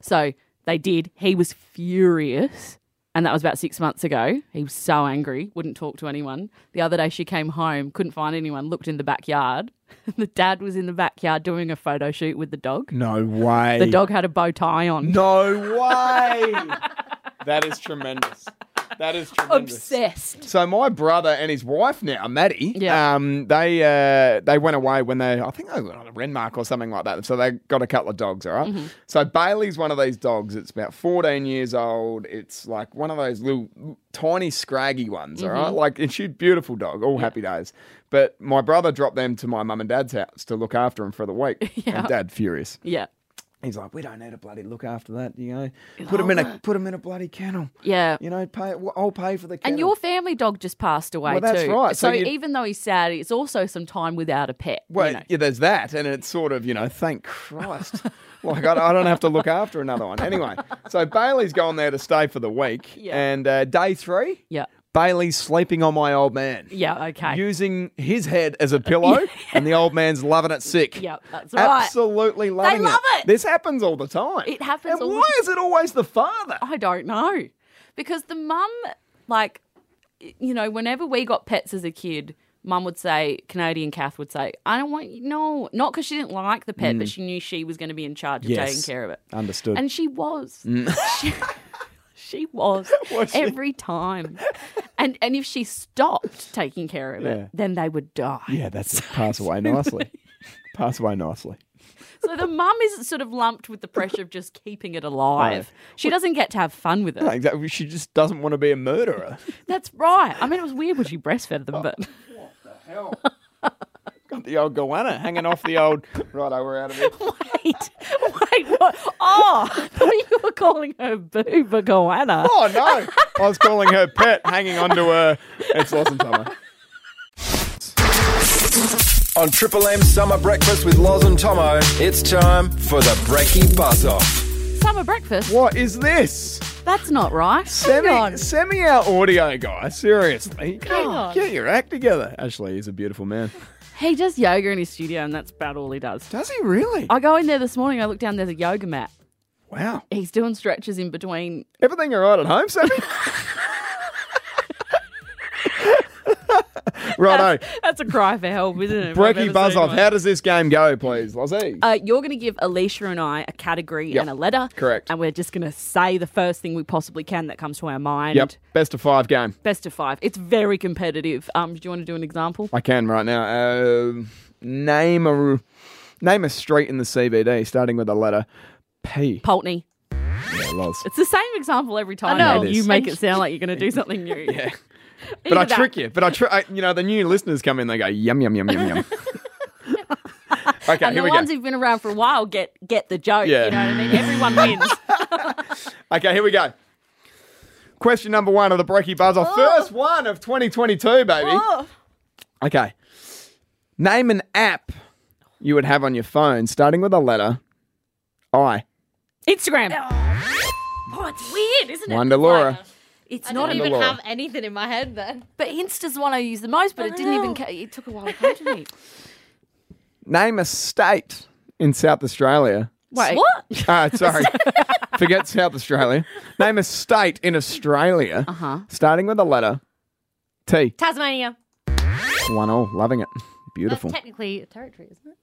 Speaker 3: so they did. He was furious, and that was about six months ago. He was so angry, wouldn't talk to anyone. The other day she came home, couldn't find anyone, looked in the backyard. the dad was in the backyard doing a photo shoot with the dog.
Speaker 2: No way.
Speaker 3: The dog had a bow tie on.
Speaker 2: No way. that is tremendous. That is tremendous.
Speaker 3: Obsessed.
Speaker 2: So my brother and his wife now, Maddie,
Speaker 3: Yeah.
Speaker 2: um, they uh, they went away when they I think they went on a Renmark or something like that. So they got a couple of dogs, all right?
Speaker 3: Mm-hmm.
Speaker 2: So Bailey's one of these dogs. It's about 14 years old. It's like one of those little tiny scraggy ones, all
Speaker 3: Mm-hmm.
Speaker 2: right? Like and she's a beautiful dog, all happy days. But my brother dropped them to my mum and dad's house to look after them for the week. And dad furious.
Speaker 3: Yeah.
Speaker 2: He's like, we don't need a bloody look after that, you know. Put him in a put him in a bloody kennel.
Speaker 3: Yeah.
Speaker 2: You know, pay. I'll pay for the kennel.
Speaker 3: And your family dog just passed away
Speaker 2: Well, that's
Speaker 3: too.
Speaker 2: right. So
Speaker 3: So,
Speaker 2: you-
Speaker 3: even though he's sad, it's also some time without a pet. you
Speaker 2: well,
Speaker 3: know.
Speaker 2: yeah, there's that, and it's sort of you know, thank Christ, like I, I don't have to look after another one anyway. So Bailey's gone there to stay for the week,
Speaker 3: Yeah.
Speaker 2: and uh, day three,
Speaker 3: yeah.
Speaker 2: Bailey's sleeping on my old man.
Speaker 3: Yeah, okay.
Speaker 2: Using his head as a pillow, and the old man's loving it sick.
Speaker 3: Yep, that's right.
Speaker 2: Absolutely loving it.
Speaker 3: love it.
Speaker 2: This happens all the time.
Speaker 3: It happens
Speaker 2: And
Speaker 3: all the Oh.
Speaker 2: why is it always the father?
Speaker 3: I don't know. Because the mum, like, you know, whenever we got pets as a kid, mum would say, Canadian Kath would say, I don't want you. No, not because she didn't like the pet, but she knew she was going to be in charge of
Speaker 2: Mm. Yes.
Speaker 3: taking care of it.
Speaker 2: Understood.
Speaker 3: And she was. She, she was.
Speaker 2: Was she?
Speaker 3: Every time. And, and if she stopped taking care of
Speaker 2: Yeah.
Speaker 3: it, then they would die.
Speaker 2: Yeah, that's it. Pass away nicely. Pass away nicely.
Speaker 3: So the mum is sort of lumped with the pressure of just keeping it alive. She doesn't get to have fun with it.
Speaker 2: Exactly. She just doesn't want to be a murderer.
Speaker 3: That's right. I mean, it was weird when she breastfed them, but
Speaker 2: Hell. Got the old goanna hanging off the old. Righto, we're out of it.
Speaker 3: Wait, wait, what? Oh, I thought you were calling her Booba Goanna.
Speaker 2: Oh no! I was calling her pet, hanging onto her. It's Lawson Summer.
Speaker 5: On Triple M Summer Breakfast with Loz and Tomo, it's time for the Breaky Buzz Off.
Speaker 3: Summer breakfast?
Speaker 2: What is this?
Speaker 3: That's not right.
Speaker 2: Semi,
Speaker 4: on.
Speaker 2: semi our audio guy. Seriously, Get-
Speaker 4: on.
Speaker 2: Get your act together. Ashley is a beautiful man.
Speaker 3: He does yoga in his studio, and that's about all he does.
Speaker 2: Does he really?
Speaker 3: I go in there this morning. I look down. There's a yoga mat.
Speaker 2: Wow.
Speaker 3: He's doing stretches in between.
Speaker 2: Everything all right at home, Sammy? Righto.
Speaker 3: That's a cry for help, isn't it? if I've
Speaker 2: Breaky
Speaker 3: ever
Speaker 2: buzz
Speaker 3: seen
Speaker 2: off.
Speaker 3: one.
Speaker 2: How does this game go, please, Lozzie?
Speaker 3: Uh, you're going to give Alicia and I a category
Speaker 2: Yep.
Speaker 3: and a letter.
Speaker 2: Correct.
Speaker 3: And we're just going to say the first thing we possibly can that comes to our mind.
Speaker 2: yep. Best of five game.
Speaker 3: Best of five. It's very competitive. Um, do you want to do an example?
Speaker 2: I can right now. Uh, name a name a street in the CBD starting with a letter P.
Speaker 3: Pulteney.
Speaker 2: Yeah, Loz.
Speaker 3: It's the same example every time.
Speaker 4: know.
Speaker 3: and
Speaker 2: It is.
Speaker 3: You make it sound like you're going to do something new. yeah.
Speaker 2: But I trick you. But I, tr- I, you know, the new listeners come in, they go yum yum yum yum yum. okay,
Speaker 3: And
Speaker 2: here
Speaker 3: the
Speaker 2: we go.
Speaker 3: ones who've been around for a while get get the joke.
Speaker 2: Yeah.
Speaker 3: You know what I mean? Everyone wins.
Speaker 2: Okay, here we go. Question number one of the Breaky Buzzer. First one of 2022, baby.
Speaker 4: Oh,
Speaker 2: Okay. Name an app you would have on your phone starting with a letter I.
Speaker 3: Instagram.
Speaker 4: oh, it's weird, isn't it?
Speaker 2: Wonder Laura.
Speaker 3: It's
Speaker 4: I
Speaker 3: not
Speaker 4: don't
Speaker 3: even.
Speaker 4: even
Speaker 2: Laura.
Speaker 4: have anything in my head then.
Speaker 3: But Insta's the one I use the most. But it didn't even. Ca- it took a while to come to me.
Speaker 2: Name a state in South Australia.
Speaker 3: Wait.
Speaker 4: What?
Speaker 2: Ah, sorry. Forget South Australia. Name a state in Australia
Speaker 3: Uh-huh.
Speaker 2: starting with a letter T.
Speaker 4: Tasmania.
Speaker 2: One all. Loving it.
Speaker 4: That's
Speaker 2: Beautiful.
Speaker 4: technically a territory, isn't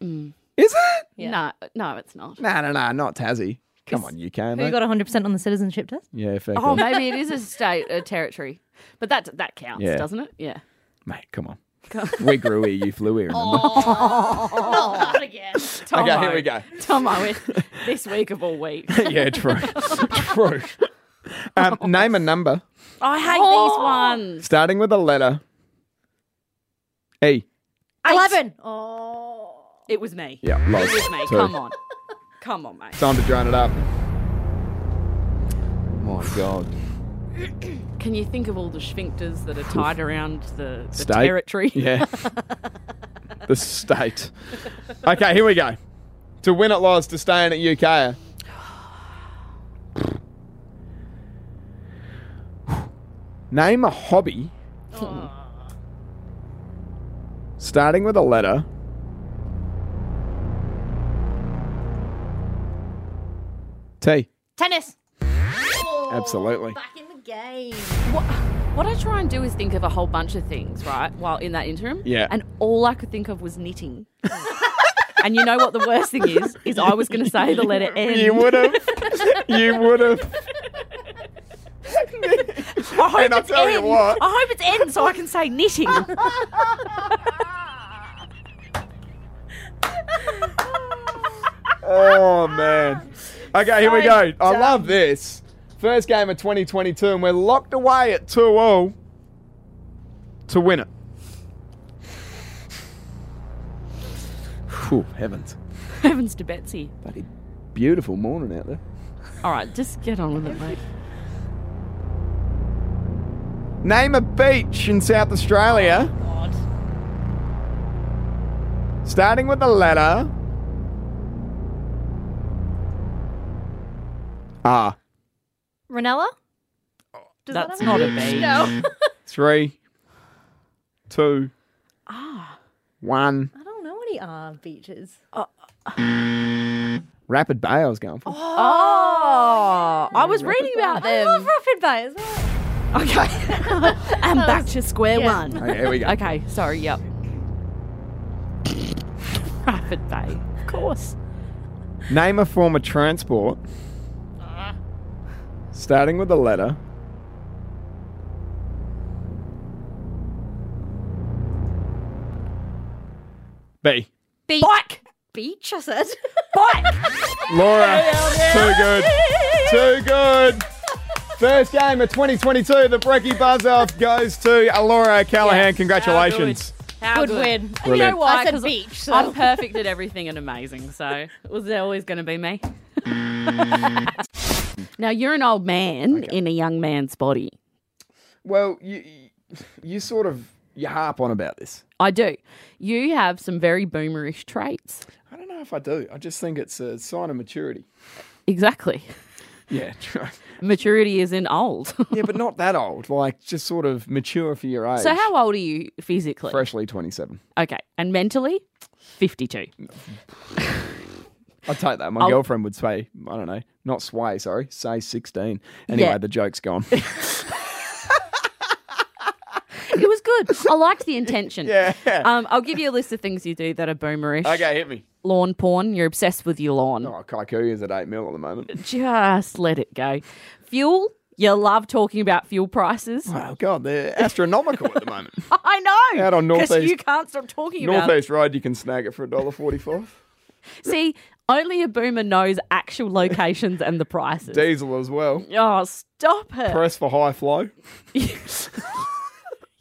Speaker 4: it?
Speaker 2: Is it?
Speaker 3: No, no, it's not.
Speaker 2: No, no, no. Not Tassie. Come on, UK,
Speaker 4: Who
Speaker 2: mate.
Speaker 4: got 100% on the citizenship test?
Speaker 2: yeah, fair
Speaker 3: Oh,
Speaker 2: call.
Speaker 3: maybe it is a state, a territory, but that that counts,
Speaker 2: Yeah.
Speaker 3: doesn't it? Yeah.
Speaker 2: Mate, come Oh, on. we grew here, you flew here. remember?
Speaker 4: Oh, Not that again.
Speaker 3: Tomo,
Speaker 2: Okay, here we go.
Speaker 3: Tomo, it- this week of all weeks.
Speaker 2: yeah, true. true. Um, name a number
Speaker 3: I hate these ones.
Speaker 2: starting with a letter E.
Speaker 4: 11. Oh.
Speaker 3: It was me.
Speaker 2: Yeah, Loz.
Speaker 3: It was me.
Speaker 2: Two.
Speaker 3: Come on. Come on, mate.
Speaker 2: Time to drown it up. My God.
Speaker 3: Can you think of all the sphincters that are tied around the, the
Speaker 2: State.
Speaker 3: territory?
Speaker 2: Yeah. the state. Okay, here we go. To win at Loz, to stay in at UK. Name a hobby starting with a letter T.
Speaker 4: Tennis.
Speaker 2: Absolutely.
Speaker 4: Oh, Back in the game.
Speaker 3: What, what I try and do is think of a whole bunch of things, right? While in that interim.
Speaker 2: Yeah.
Speaker 3: And all I could think of was knitting. and you know what the worst thing is? Is I was going to say the letter N.
Speaker 2: You would have. you would have.
Speaker 3: I hope
Speaker 2: And I'll
Speaker 3: it's
Speaker 2: tell you
Speaker 3: N.
Speaker 2: what.
Speaker 3: I hope it's N so I can say knitting.
Speaker 2: Oh man. Okay, here we go. I love this. First game of 2022, and we're locked away at 2 0 to win it. Phew, heavens.
Speaker 3: Heavens to Betsy.
Speaker 2: Bloody beautiful morning out there.
Speaker 3: All right, just get on with it, mate.
Speaker 2: Name a beach in South Australia. Starting with the letter R.
Speaker 4: Ranella? Does that
Speaker 3: That's not
Speaker 4: have
Speaker 3: a beach.
Speaker 2: Mm.
Speaker 4: No.
Speaker 2: Three, two, Ah. one.
Speaker 4: I don't know any R beaches.
Speaker 2: Rapid Bay, I was going for.
Speaker 3: Oh, I was reading about
Speaker 4: I love
Speaker 3: them.
Speaker 4: rapid bay as well.
Speaker 3: Okay, I'm back to square
Speaker 4: Yeah.
Speaker 3: one.
Speaker 2: Okay, here we go.
Speaker 3: Okay, sorry. Yep. Rapid Bay, of course.
Speaker 2: Name a form of transport starting with a letter. B.
Speaker 4: Beach.
Speaker 3: Bike,
Speaker 4: Beach, I said.
Speaker 3: bike.
Speaker 2: Laura, too good. Too good. First game of 2022, the Brecky Buzz Off goes to Laura Callahan.
Speaker 3: Yeah.
Speaker 2: Congratulations.
Speaker 3: How
Speaker 4: Good win. And
Speaker 3: You know
Speaker 2: Brilliant.
Speaker 3: why?
Speaker 4: I said
Speaker 3: 'Cause
Speaker 4: beach, so-
Speaker 3: I'm perfect at everything and amazing, so it was always going to be me. now you're an old man in a young man's body.
Speaker 2: Well, you you sort of you harp on about this.
Speaker 3: I do. You have some very boomerish traits.
Speaker 2: I don't know if I do. I just think it's a sign of maturity.
Speaker 3: Exactly.
Speaker 2: Yeah, true.
Speaker 3: Maturity is in old.
Speaker 2: yeah, but not that old. Like just sort of mature for your age.
Speaker 3: so how old are you physically?
Speaker 2: Freshly twenty-seven.
Speaker 3: Okay, and mentally, fifty-two.
Speaker 2: I'd take that. My girlfriend would say, I don't know, not sway, sorry, say sixteen. Anyway,
Speaker 3: Yeah.
Speaker 2: the joke's gone.
Speaker 3: It was good. I liked the intention.
Speaker 2: Yeah.
Speaker 3: Um, I'll give you a list of things you do that are boomerish.
Speaker 2: hit me.
Speaker 3: Lawn porn. You're obsessed with your lawn.
Speaker 2: Oh, Kaiku is at eight mil at the moment.
Speaker 3: Just let it go. Fuel. You love talking about fuel prices.
Speaker 2: Oh God, they're astronomical at the moment.
Speaker 3: I know.
Speaker 2: Out on
Speaker 3: Because you
Speaker 2: Northeast-
Speaker 3: can't stop talking about it.
Speaker 2: Northeast Road, you can snag it for a dollar forty-five.
Speaker 3: See, only a boomer knows actual locations and the prices.
Speaker 2: Diesel as well.
Speaker 3: oh, stop it.
Speaker 2: Press for high flow.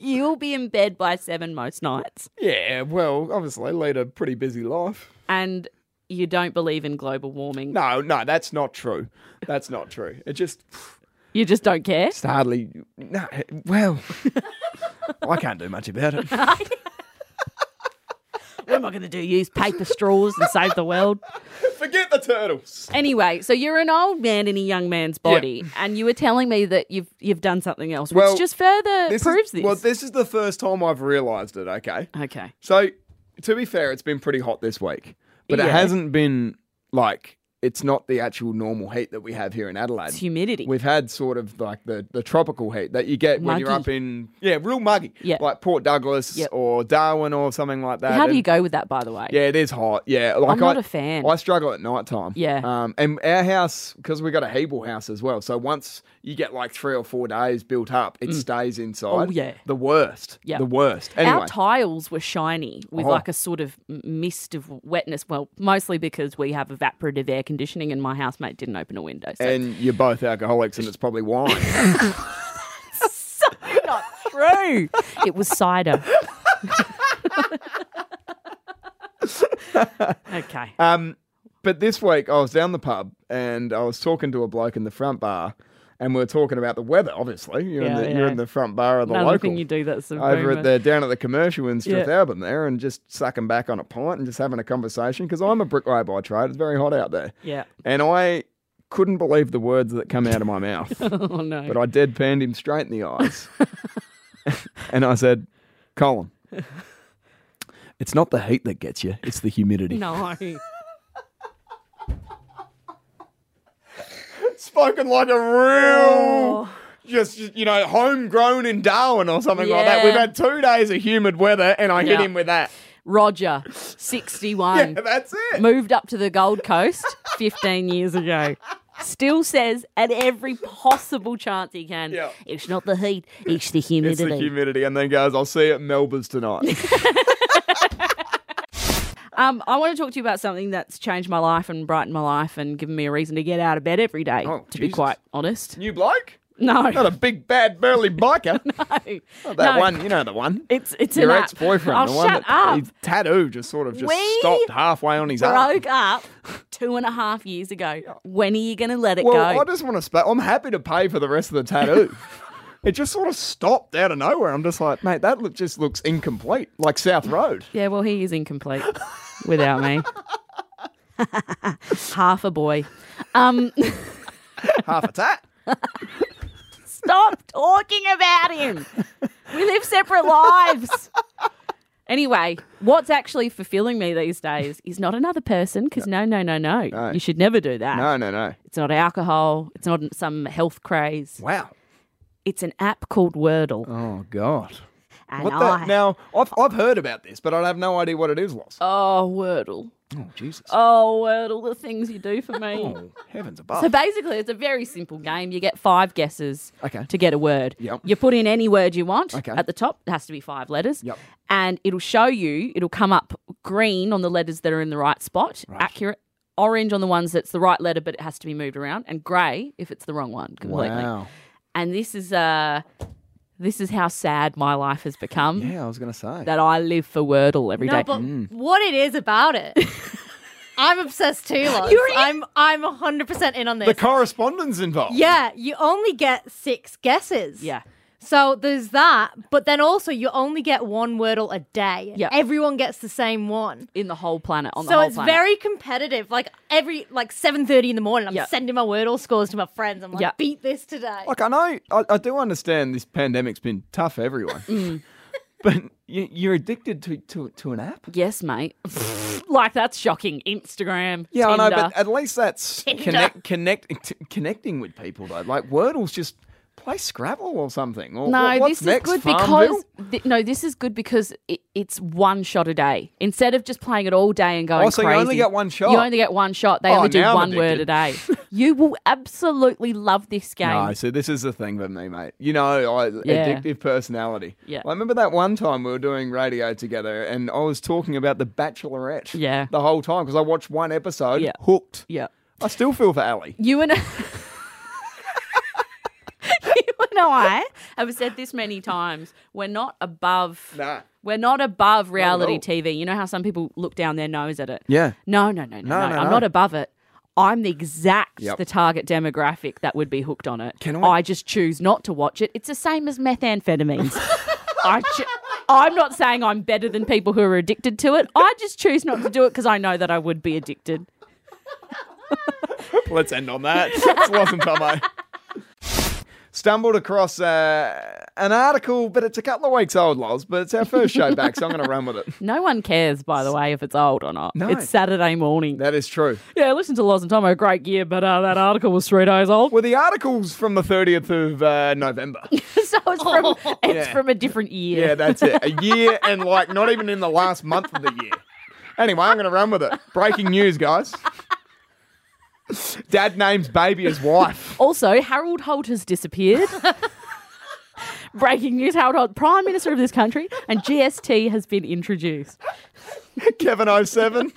Speaker 3: You'll be in bed by seven most nights.
Speaker 2: Yeah, well, obviously, lead a pretty busy life.
Speaker 3: And you don't believe in global warming.
Speaker 2: No, no, that's not true. That's not true. It just
Speaker 3: You just don't care.
Speaker 2: it's hardly. No, well, I can't do much about it.
Speaker 3: What am I going to do? Use paper straws and save the world?
Speaker 2: Forget the turtles.
Speaker 3: Anyway, so you're an old man in a young man's body, and you were telling me that you've you've done something else,
Speaker 2: Well,
Speaker 3: which just further
Speaker 2: This
Speaker 3: proves
Speaker 2: is,
Speaker 3: this.
Speaker 2: Well, this is the first time I've realised it. Okay,
Speaker 3: okay.
Speaker 2: so to be fair, it's been pretty hot this week, but
Speaker 3: Yeah.
Speaker 2: it hasn't been like it's not the actual normal heat that we have here in Adelaide.
Speaker 3: It's humidity.
Speaker 2: We've had sort of like the, the tropical heat that you get when you're
Speaker 3: Muggy.
Speaker 2: up in yeah, real muggy,
Speaker 3: Yeah.
Speaker 2: like Port Douglas
Speaker 3: Yep.
Speaker 2: or Darwin or something like that.
Speaker 3: How do
Speaker 2: And-
Speaker 3: you go with that, by the way?
Speaker 2: Yeah, it is hot. Yeah, like
Speaker 3: I'm not
Speaker 2: I-
Speaker 3: a fan.
Speaker 2: I struggle at night time.
Speaker 3: Yeah.
Speaker 2: um, and our house because we got a Hebel house as well. So once you get like three or four days built up, it stays inside.
Speaker 3: Mm. Oh, yeah.
Speaker 2: the worst.
Speaker 3: Yeah.
Speaker 2: the worst. Anyway,
Speaker 3: Our tiles were shiny with
Speaker 2: Oh.
Speaker 3: like a sort of m- mist of wetness. Well, mostly because we have evaporative air conditioning, and my housemate didn't open a window. So
Speaker 2: and you're both alcoholics, and it's probably wine.
Speaker 3: not true. it was cider. okay.
Speaker 2: Um, But this week I was down the pub and I was talking to a bloke in the front bar and we were talking about the weather, obviously. You're, in,
Speaker 3: Yeah,
Speaker 2: the, you're
Speaker 3: yeah.
Speaker 2: in the front bar of the
Speaker 3: Another
Speaker 2: local.
Speaker 3: thing you do that's a
Speaker 2: over
Speaker 3: boomer.
Speaker 2: at the down at the commercial in Strathalbyn there and just sucking back on a pint and just having a conversation because I'm a bricklayer by trade. It's very hot out there.
Speaker 3: Yeah.
Speaker 2: And I couldn't believe the words that come out of my mouth.
Speaker 3: Oh no.
Speaker 2: but I deadpanned him straight in the eyes. and I said, Colin, it's not the heat that gets you, it's the humidity.
Speaker 3: no.
Speaker 2: spoken like a real,
Speaker 3: Oh.
Speaker 2: just you know, homegrown in Darwin or something like that.
Speaker 3: Yeah.
Speaker 2: We've had two days of humid weather, and I hit
Speaker 3: Yeah.
Speaker 2: him with that.
Speaker 3: Roger, 61.
Speaker 2: Yeah, that's it.
Speaker 3: moved up to the Gold Coast 15 years ago. Still says at every possible chance he can,
Speaker 2: Yeah.
Speaker 3: it's not the heat, it's the
Speaker 2: It's
Speaker 3: humidity.
Speaker 2: the humidity, and then goes, "I'll see you at Melbourne's tonight."
Speaker 3: um, I want to talk to you about something that's changed my life and brightened my life and given me a reason to get out of bed every day,
Speaker 2: Oh,
Speaker 3: to be
Speaker 2: Jesus.
Speaker 3: quite honest.
Speaker 2: New bloke,
Speaker 3: No.
Speaker 2: not a big bad burly biker.
Speaker 3: no.
Speaker 2: That
Speaker 3: No.
Speaker 2: one, you know, the one.
Speaker 3: It's, it's
Speaker 2: Your
Speaker 3: an app.
Speaker 2: ex-boyfriend,
Speaker 3: Oh,
Speaker 2: the one
Speaker 3: shut
Speaker 2: that
Speaker 3: up.
Speaker 2: his tattoo just sort of just
Speaker 3: We
Speaker 2: stopped halfway on his arm.
Speaker 3: Broke up two and a half years ago. When are you going to let it
Speaker 2: Well,
Speaker 3: go?
Speaker 2: I just want to. Sp- I'm happy to pay for the rest of the tattoo. it just sort of stopped out of nowhere. I'm just like, mate, that look just looks incomplete, like South Road.
Speaker 3: Yeah, well, he is incomplete without me. Half a boy. Um,
Speaker 2: half a tat.
Speaker 3: stop talking about him. We live separate lives. Anyway, what's actually fulfilling me these days is not another person, because no, no, no, no,
Speaker 2: No.
Speaker 3: You should never do that.
Speaker 2: No, no, no.
Speaker 3: It's not alcohol. It's not some health craze.
Speaker 2: Wow.
Speaker 3: It's an app called Wordle.
Speaker 2: Oh God.
Speaker 3: and
Speaker 2: What
Speaker 3: I.
Speaker 2: the? Now I've I've heard about this, but I have no idea what it is, Lost.
Speaker 3: oh, Wordle.
Speaker 2: Oh Jesus.
Speaker 3: Oh, Wordle, the things you do for me.
Speaker 2: Oh, heavens above.
Speaker 3: So basically, it's a very simple game. You get five guesses
Speaker 2: Okay.
Speaker 3: to get a word.
Speaker 2: Yep.
Speaker 3: You put in any word you want
Speaker 2: Okay.
Speaker 3: at the top. It has to be five letters.
Speaker 2: Yep.
Speaker 3: And it'll show you, it'll come up green on the letters that are in the right spot, accurate, orange on the ones that's the right letter, but it has to be moved around, and grey if it's the wrong one completely.
Speaker 2: wow.
Speaker 3: And this is uh, This is how sad my life has become
Speaker 2: Yeah, Mm. I was going to say.
Speaker 3: that I live for Wordle every day.
Speaker 4: No, but what it is about it. I'm obsessed too, Loz.
Speaker 3: You're in-
Speaker 4: I'm I'm 100% in on this.
Speaker 2: the correspondence involved.
Speaker 4: yeah, you only get six guesses.
Speaker 3: yeah.
Speaker 4: So there's that, but then also you only get one Wordle a day.
Speaker 3: Yep.
Speaker 4: Everyone gets the same one.
Speaker 3: In the whole planet, on the
Speaker 4: so
Speaker 3: whole
Speaker 4: it's
Speaker 3: planet.
Speaker 4: very competitive. Like every like 7:30 in the morning, I'm
Speaker 3: Yep.
Speaker 4: sending my Wordle scores to my friends. I'm like,
Speaker 3: Yep.
Speaker 4: beat this today.
Speaker 2: Like, I know, I, I do understand this pandemic's been tough for everyone. But you, you're addicted to, to, to an app?
Speaker 3: Yes, mate. like that's shocking. Instagram.
Speaker 2: Yeah, I know,
Speaker 3: Tinder.
Speaker 2: but at least that's connect, connect, t- connecting with people, though. Like, Wordle's just play Scrabble or something. Or
Speaker 3: No,
Speaker 2: what- what's
Speaker 3: this
Speaker 2: next,
Speaker 3: is good
Speaker 2: Farmville?
Speaker 3: because th- no, this is good because it, it's one shot a day instead of just playing it all day and going.
Speaker 2: Oh, so you
Speaker 3: crazy,
Speaker 2: only get one shot.
Speaker 3: You only get one shot. They
Speaker 2: Oh,
Speaker 3: only do
Speaker 2: now I'm
Speaker 3: one word a day. you will absolutely love this game.
Speaker 2: No, so this is the thing with me, mate. You know, I,
Speaker 3: Yeah.
Speaker 2: addictive personality.
Speaker 3: Yeah.
Speaker 2: I remember that one time we were doing radio together, and I was talking about The Bachelorette.
Speaker 3: Yeah.
Speaker 2: The whole time because I watched one episode.
Speaker 3: Yeah.
Speaker 2: Hooked.
Speaker 3: Yeah,
Speaker 2: I still feel for Ali.
Speaker 3: you and. You and I have said this many times. We're not above.
Speaker 2: Nah.
Speaker 3: We're not above reality
Speaker 2: all.
Speaker 3: TV. You know how some people look down their nose at it.
Speaker 2: Yeah.
Speaker 3: No, no, no, no,
Speaker 2: No,
Speaker 3: no.
Speaker 2: no,
Speaker 3: I'm
Speaker 2: no.
Speaker 3: not above it. I'm the exact
Speaker 2: Yep.
Speaker 3: the target demographic that would be hooked on it.
Speaker 2: Can I-
Speaker 3: just choose not to watch it. It's the same as methamphetamines. I ju- I'm not saying I'm better than people who are addicted to it. I just choose not to do it because I know that I would be addicted.
Speaker 2: Let's end on that. It wasn't Tomo. Stumbled across uh, an article, but it's a couple of weeks old, Loz. But it's our first show back, so I'm going to run with it.
Speaker 3: No one cares, by the way, if it's old or not.
Speaker 2: No.
Speaker 3: It's Saturday morning.
Speaker 2: That is true.
Speaker 3: yeah, listen to Loz and Tomo, great gear, but uh, that article was three days old.
Speaker 2: Well, the article's from the 30th of uh, November.
Speaker 3: so it's from, it's
Speaker 2: Oh, Yeah.
Speaker 3: from a different year.
Speaker 2: Yeah, that's it. A year and like not even in the last month of the year. Anyway, I'm going to run with it. Breaking news, guys. Dad names baby his wife.
Speaker 3: Also, Harold Holt has disappeared. Breaking news Harold Holt, Prime Minister of this country, and GST has been introduced.
Speaker 2: Kevin 07.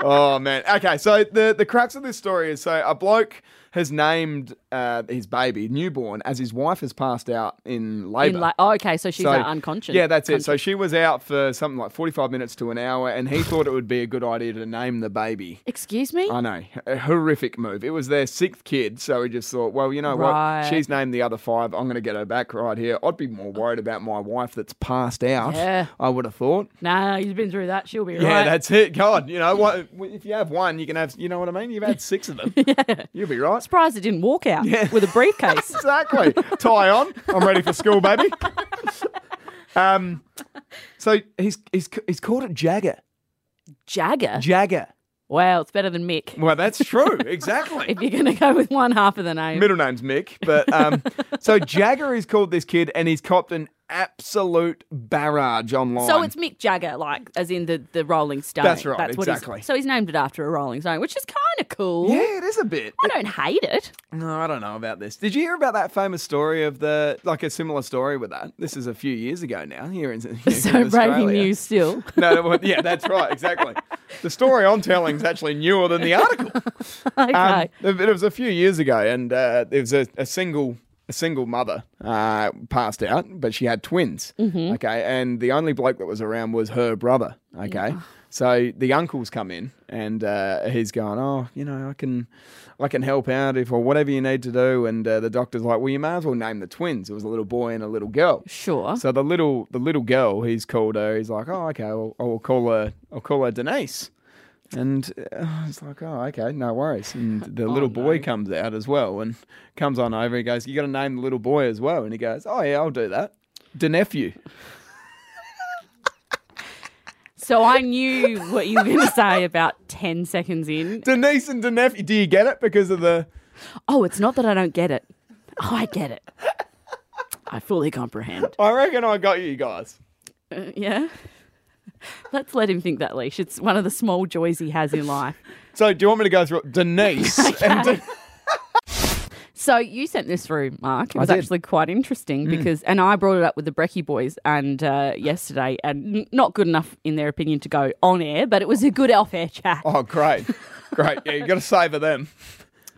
Speaker 2: oh man. Okay, so the the crux of this story is so a bloke has named uh, his baby newborn as his wife has passed out in
Speaker 3: In
Speaker 2: labour.
Speaker 3: like, oh, okay, so she's
Speaker 2: So-
Speaker 3: uh, unconscious.
Speaker 2: Yeah, that's it. So
Speaker 3: Conscious.
Speaker 2: she was out for something like 45 minutes to an hour, and he thought it would be a good idea to name the baby.
Speaker 3: Excuse me?
Speaker 2: I know. A horrific move. It was their sixth kid, so he just thought, well, you know
Speaker 3: Right.
Speaker 2: what? She's named the other five. I'm going to get her back right here. I'd be more worried about my wife that's passed out,
Speaker 3: Yeah.
Speaker 2: I would have thought.
Speaker 3: nah, you've been through that. She'll be
Speaker 2: Yeah,
Speaker 3: right.
Speaker 2: that's it. God, you know, what, if you have one, you can have, you know what I mean? You've had six of them. You'll be right.
Speaker 3: Surprised it didn't walk out with a briefcase.
Speaker 2: Exactly. Tie on. I'm ready for school, baby. um, so he's, he's, he's called it Jagger.
Speaker 3: Jagger?
Speaker 2: Jagger.
Speaker 3: Wow, it's better than Mick.
Speaker 2: Well, that's true. Exactly.
Speaker 3: If you're going to go with one half of the name.
Speaker 2: Middle name's Mick, but um, so Jagger is called this kid, and he's copped an absolute barrage online.
Speaker 3: so it's Mick Jagger, like, as in the, the Rolling Stone.
Speaker 2: That's right,
Speaker 3: what he's-
Speaker 2: exactly.
Speaker 3: so he's named it after a Rolling Stone, which is kind of cool.
Speaker 2: yeah, it is a bit.
Speaker 3: I don't hate it.
Speaker 2: No, Oh, I don't know about this. Did you hear about that famous story of the like a similar story with that? This is a few years ago now. Here in, here in
Speaker 3: So
Speaker 2: Australia.
Speaker 3: breaking news still.
Speaker 2: No, well, yeah, that's right, exactly. The story I'm telling is actually newer than the article.
Speaker 3: okay.
Speaker 2: Um, it it was a few years ago, and uh, there was a, a single a single mother uh, passed out, but she had twins. Okay, and the only bloke that was around was her brother. Okay. So the uncle's come in and uh, he's going, oh, you know, I can, I can help out if or whatever you need to do. And uh, the doctor's like, well, you may as well name the twins. It was a little boy and a little girl.
Speaker 3: Sure.
Speaker 2: So the little the little girl, he's called her. He's like, oh, okay, I'll, I'll call her. I'll call her Denise. And uh, it's like, oh, okay, no worries. And the little boy comes out as well, and comes on over. He goes, you got to name the little boy as well. And he goes, oh yeah, I'll do that. The nephew.
Speaker 3: So I knew what you were going to say about 10 seconds in.
Speaker 2: Denise and the nephew. Do you get it because of the?
Speaker 3: Oh, it's not that I don't get it. Oh, I get it. I fully comprehend.
Speaker 2: I reckon I got you guys.
Speaker 3: Uh, yeah? Let's let him think that leash. It's one of the small joys he has in life.
Speaker 2: So do you want me to go through it? Denise? and Den-
Speaker 3: So you sent this through, Mark. It was
Speaker 2: did. Mm.
Speaker 3: actually quite interesting because, and I brought it up with the Brecky boys and uh, yesterday, and n- not good enough in their opinion to go on air, but it was a good off air chat.
Speaker 2: oh, great, great. Yeah, you got to savour them.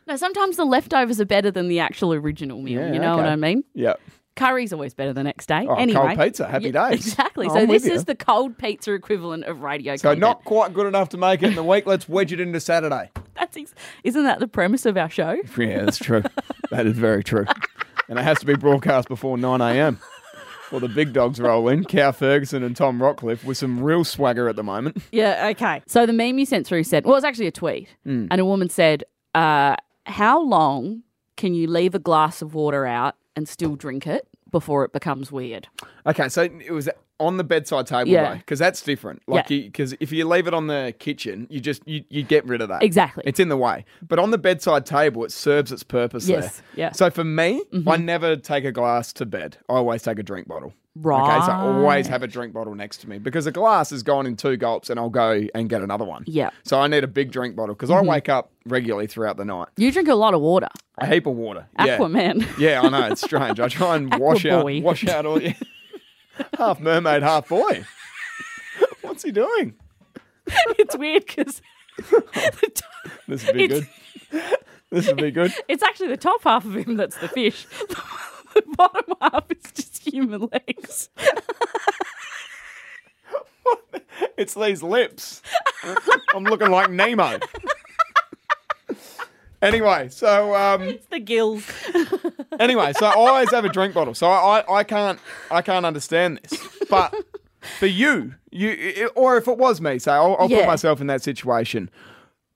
Speaker 3: No, sometimes the leftovers are better than the actual original meal.
Speaker 2: Yeah,
Speaker 3: you know what
Speaker 2: okay.
Speaker 3: I mean?
Speaker 2: Yeah.
Speaker 3: Curry's always better the next day.
Speaker 2: Oh, cold
Speaker 3: anyway,
Speaker 2: pizza, happy days.
Speaker 3: Exactly.
Speaker 2: Oh,
Speaker 3: so
Speaker 2: I'm with
Speaker 3: this is
Speaker 2: you.
Speaker 3: the cold pizza equivalent of radio.
Speaker 2: So
Speaker 3: content.
Speaker 2: not quite good enough to make it in the week. Let's wedge it into Saturday.
Speaker 3: That's ex- isn't that the premise of our show?
Speaker 2: Yeah, that's true. that is very true. And it has to be broadcast before 9 a.m. Well, the big dogs roll in, Cow Ferguson and Tom Rockcliffe, with some real swagger at the moment.
Speaker 3: Yeah, okay. So the meme you sent through said, well, it was actually a tweet,
Speaker 2: Mm.
Speaker 3: and a woman said, uh, "How long can you leave a glass of water out and still drink it before it becomes weird?"
Speaker 2: Okay, so it was on the bedside table,
Speaker 3: Yeah.
Speaker 2: though, because that's different. Like,
Speaker 3: Yeah.
Speaker 2: because if you leave it on the kitchen, you just you, you get rid of that.
Speaker 3: Exactly.
Speaker 2: it's in the way. But on the bedside table, it serves its purpose.
Speaker 3: Yes,
Speaker 2: there.
Speaker 3: yeah. Mm-hmm.
Speaker 2: So for me, I never take a glass to bed. I always take a drink bottle. Okay, so I always have a drink bottle next to me because a glass is gone in two gulps, and I'll go and get another one.
Speaker 3: Yeah. Mm-hmm.
Speaker 2: So I need a big drink bottle because I wake up regularly throughout the night.
Speaker 3: You drink a lot of water,
Speaker 2: A heap of water. Yeah.
Speaker 3: Aquaman.
Speaker 2: Yeah, I know it's strange. I try and wash out,
Speaker 3: Aquaboy.
Speaker 2: wash out all. Yeah. half mermaid, half boy. What's he doing?
Speaker 3: it's weird because
Speaker 2: This would be
Speaker 3: It's-
Speaker 2: good. This would be good.
Speaker 3: it's actually the top half of him that's the fish. the bottom half is just human legs.
Speaker 2: It's these lips. I'm looking like Nemo. Anyway, so um,
Speaker 3: It's the gills.
Speaker 2: anyway, so I always have a drink bottle. So I, I, I can't I can't understand this. But for you, you i- or if it was me, so I'll, I'll
Speaker 3: Yeah.
Speaker 2: put myself in that situation.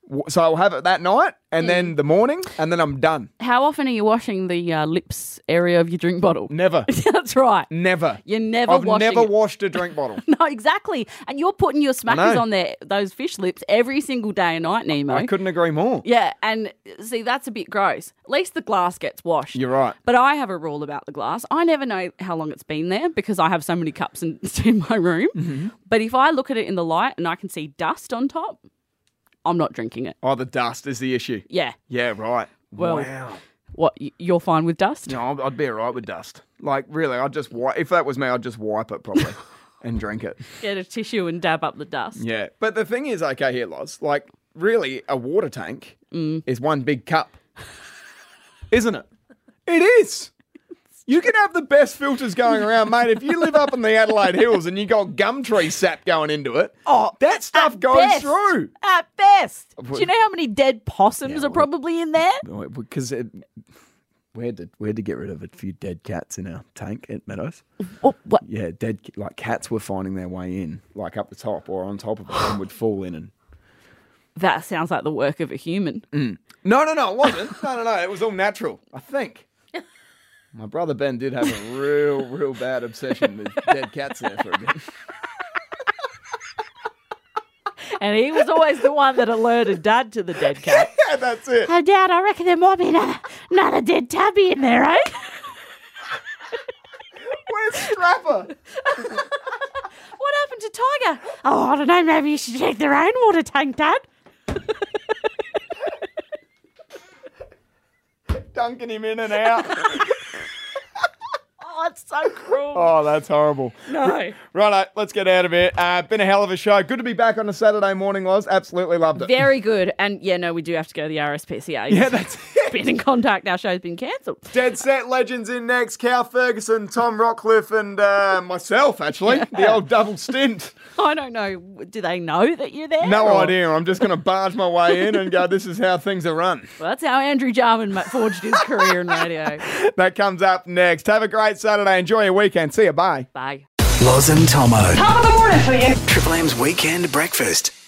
Speaker 2: W- So I'll have it that night, and
Speaker 3: Mm.
Speaker 2: then the morning, and then I'm done.
Speaker 3: How often are you washing the uh, lips area of your drink bottle?
Speaker 2: Never.
Speaker 3: that's right.
Speaker 2: Never.
Speaker 3: You're never
Speaker 2: I've
Speaker 3: washing
Speaker 2: never
Speaker 3: it.
Speaker 2: washed a drink bottle.
Speaker 3: No, exactly. And you're putting your smackers
Speaker 2: know.
Speaker 3: on there, those fish lips every single day and night, Nemo.
Speaker 2: I couldn't agree more.
Speaker 3: yeah, and see, that's a bit gross. At least the glass gets washed.
Speaker 2: You're right.
Speaker 3: But I have a rule about the glass. I never know how long it's been there because I have so many cups in, in my room.
Speaker 2: Mm-hmm.
Speaker 3: But if I look at it in the light and I can see dust on top, I'm not drinking it.
Speaker 2: Oh, the dust is the issue.
Speaker 3: Yeah.
Speaker 2: Yeah, right.
Speaker 3: Well-
Speaker 2: wow.
Speaker 3: What? y- You're fine with dust?
Speaker 2: No, I'd- I'd be all right with dust. Like, really, I'd just wipe. If that was me, I'd just wipe it properly and drink it.
Speaker 3: Get a tissue and dab up the dust.
Speaker 2: Yeah. But the thing is, okay, here, Loz, like, really, a water tank is one big cup, isn't it? It is. You can have the best filters going around, mate. If you live up in the Adelaide Hills and you got gum tree sap going into it, oh, that stuff
Speaker 3: at
Speaker 2: goes
Speaker 3: best.
Speaker 2: through.
Speaker 3: At
Speaker 2: Uh,
Speaker 3: best. Do you know how many dead possums are probably in there?
Speaker 2: Oh, because we had to we had to get rid of a few dead cats in our tank at Meadows.
Speaker 3: Oh, what?
Speaker 2: Yeah, dead like cats were finding their way in, like up the top or on top of it, and would fall in. And
Speaker 3: That sounds like the work of a human.
Speaker 2: no, no, no, it wasn't. No, no, no, it was all natural. I think. My brother Ben did have a real, real bad obsession with dead cats there for a bit.
Speaker 3: And he was always the one that alerted Dad to the dead cat.
Speaker 2: Yeah, that's it.
Speaker 4: Oh, Dad, I reckon there might be another, another dead tabby in there, eh?
Speaker 2: Where's Strapper?
Speaker 3: What happened to Tiger?
Speaker 4: Oh, I don't know. Maybe you should check their own water tank, Dad.
Speaker 2: Dunking him in and out.
Speaker 3: Oh, it's so cruel.
Speaker 2: Oh, that's horrible.
Speaker 3: No.
Speaker 2: Righto, let's get out of here. Uh, been a hell of a show. Good to be back on a Saturday morning, Loz. Absolutely loved it.
Speaker 3: Very good. And yeah, no, we do have to go to the RSPCA.
Speaker 2: Yeah, that's it.
Speaker 3: been in contact. Our show's been cancelled.
Speaker 2: Dead Set Legends in next. Cal Ferguson, Tom Rockcliffe, and uh, myself, actually. The old double stint.
Speaker 3: I don't know. Do they know that you're there?
Speaker 2: No
Speaker 3: or-
Speaker 2: idea. I'm just going to barge my way in and go, this is how things are run.
Speaker 3: Well, that's how Andrew Jarman ma- forged his career in radio.
Speaker 2: That comes up next. Have a great Saturday. Enjoy your weekend. See you. Bye.
Speaker 3: Bye.
Speaker 1: Loz and Tomo. Top of the morning for you. Triple M's weekend breakfast.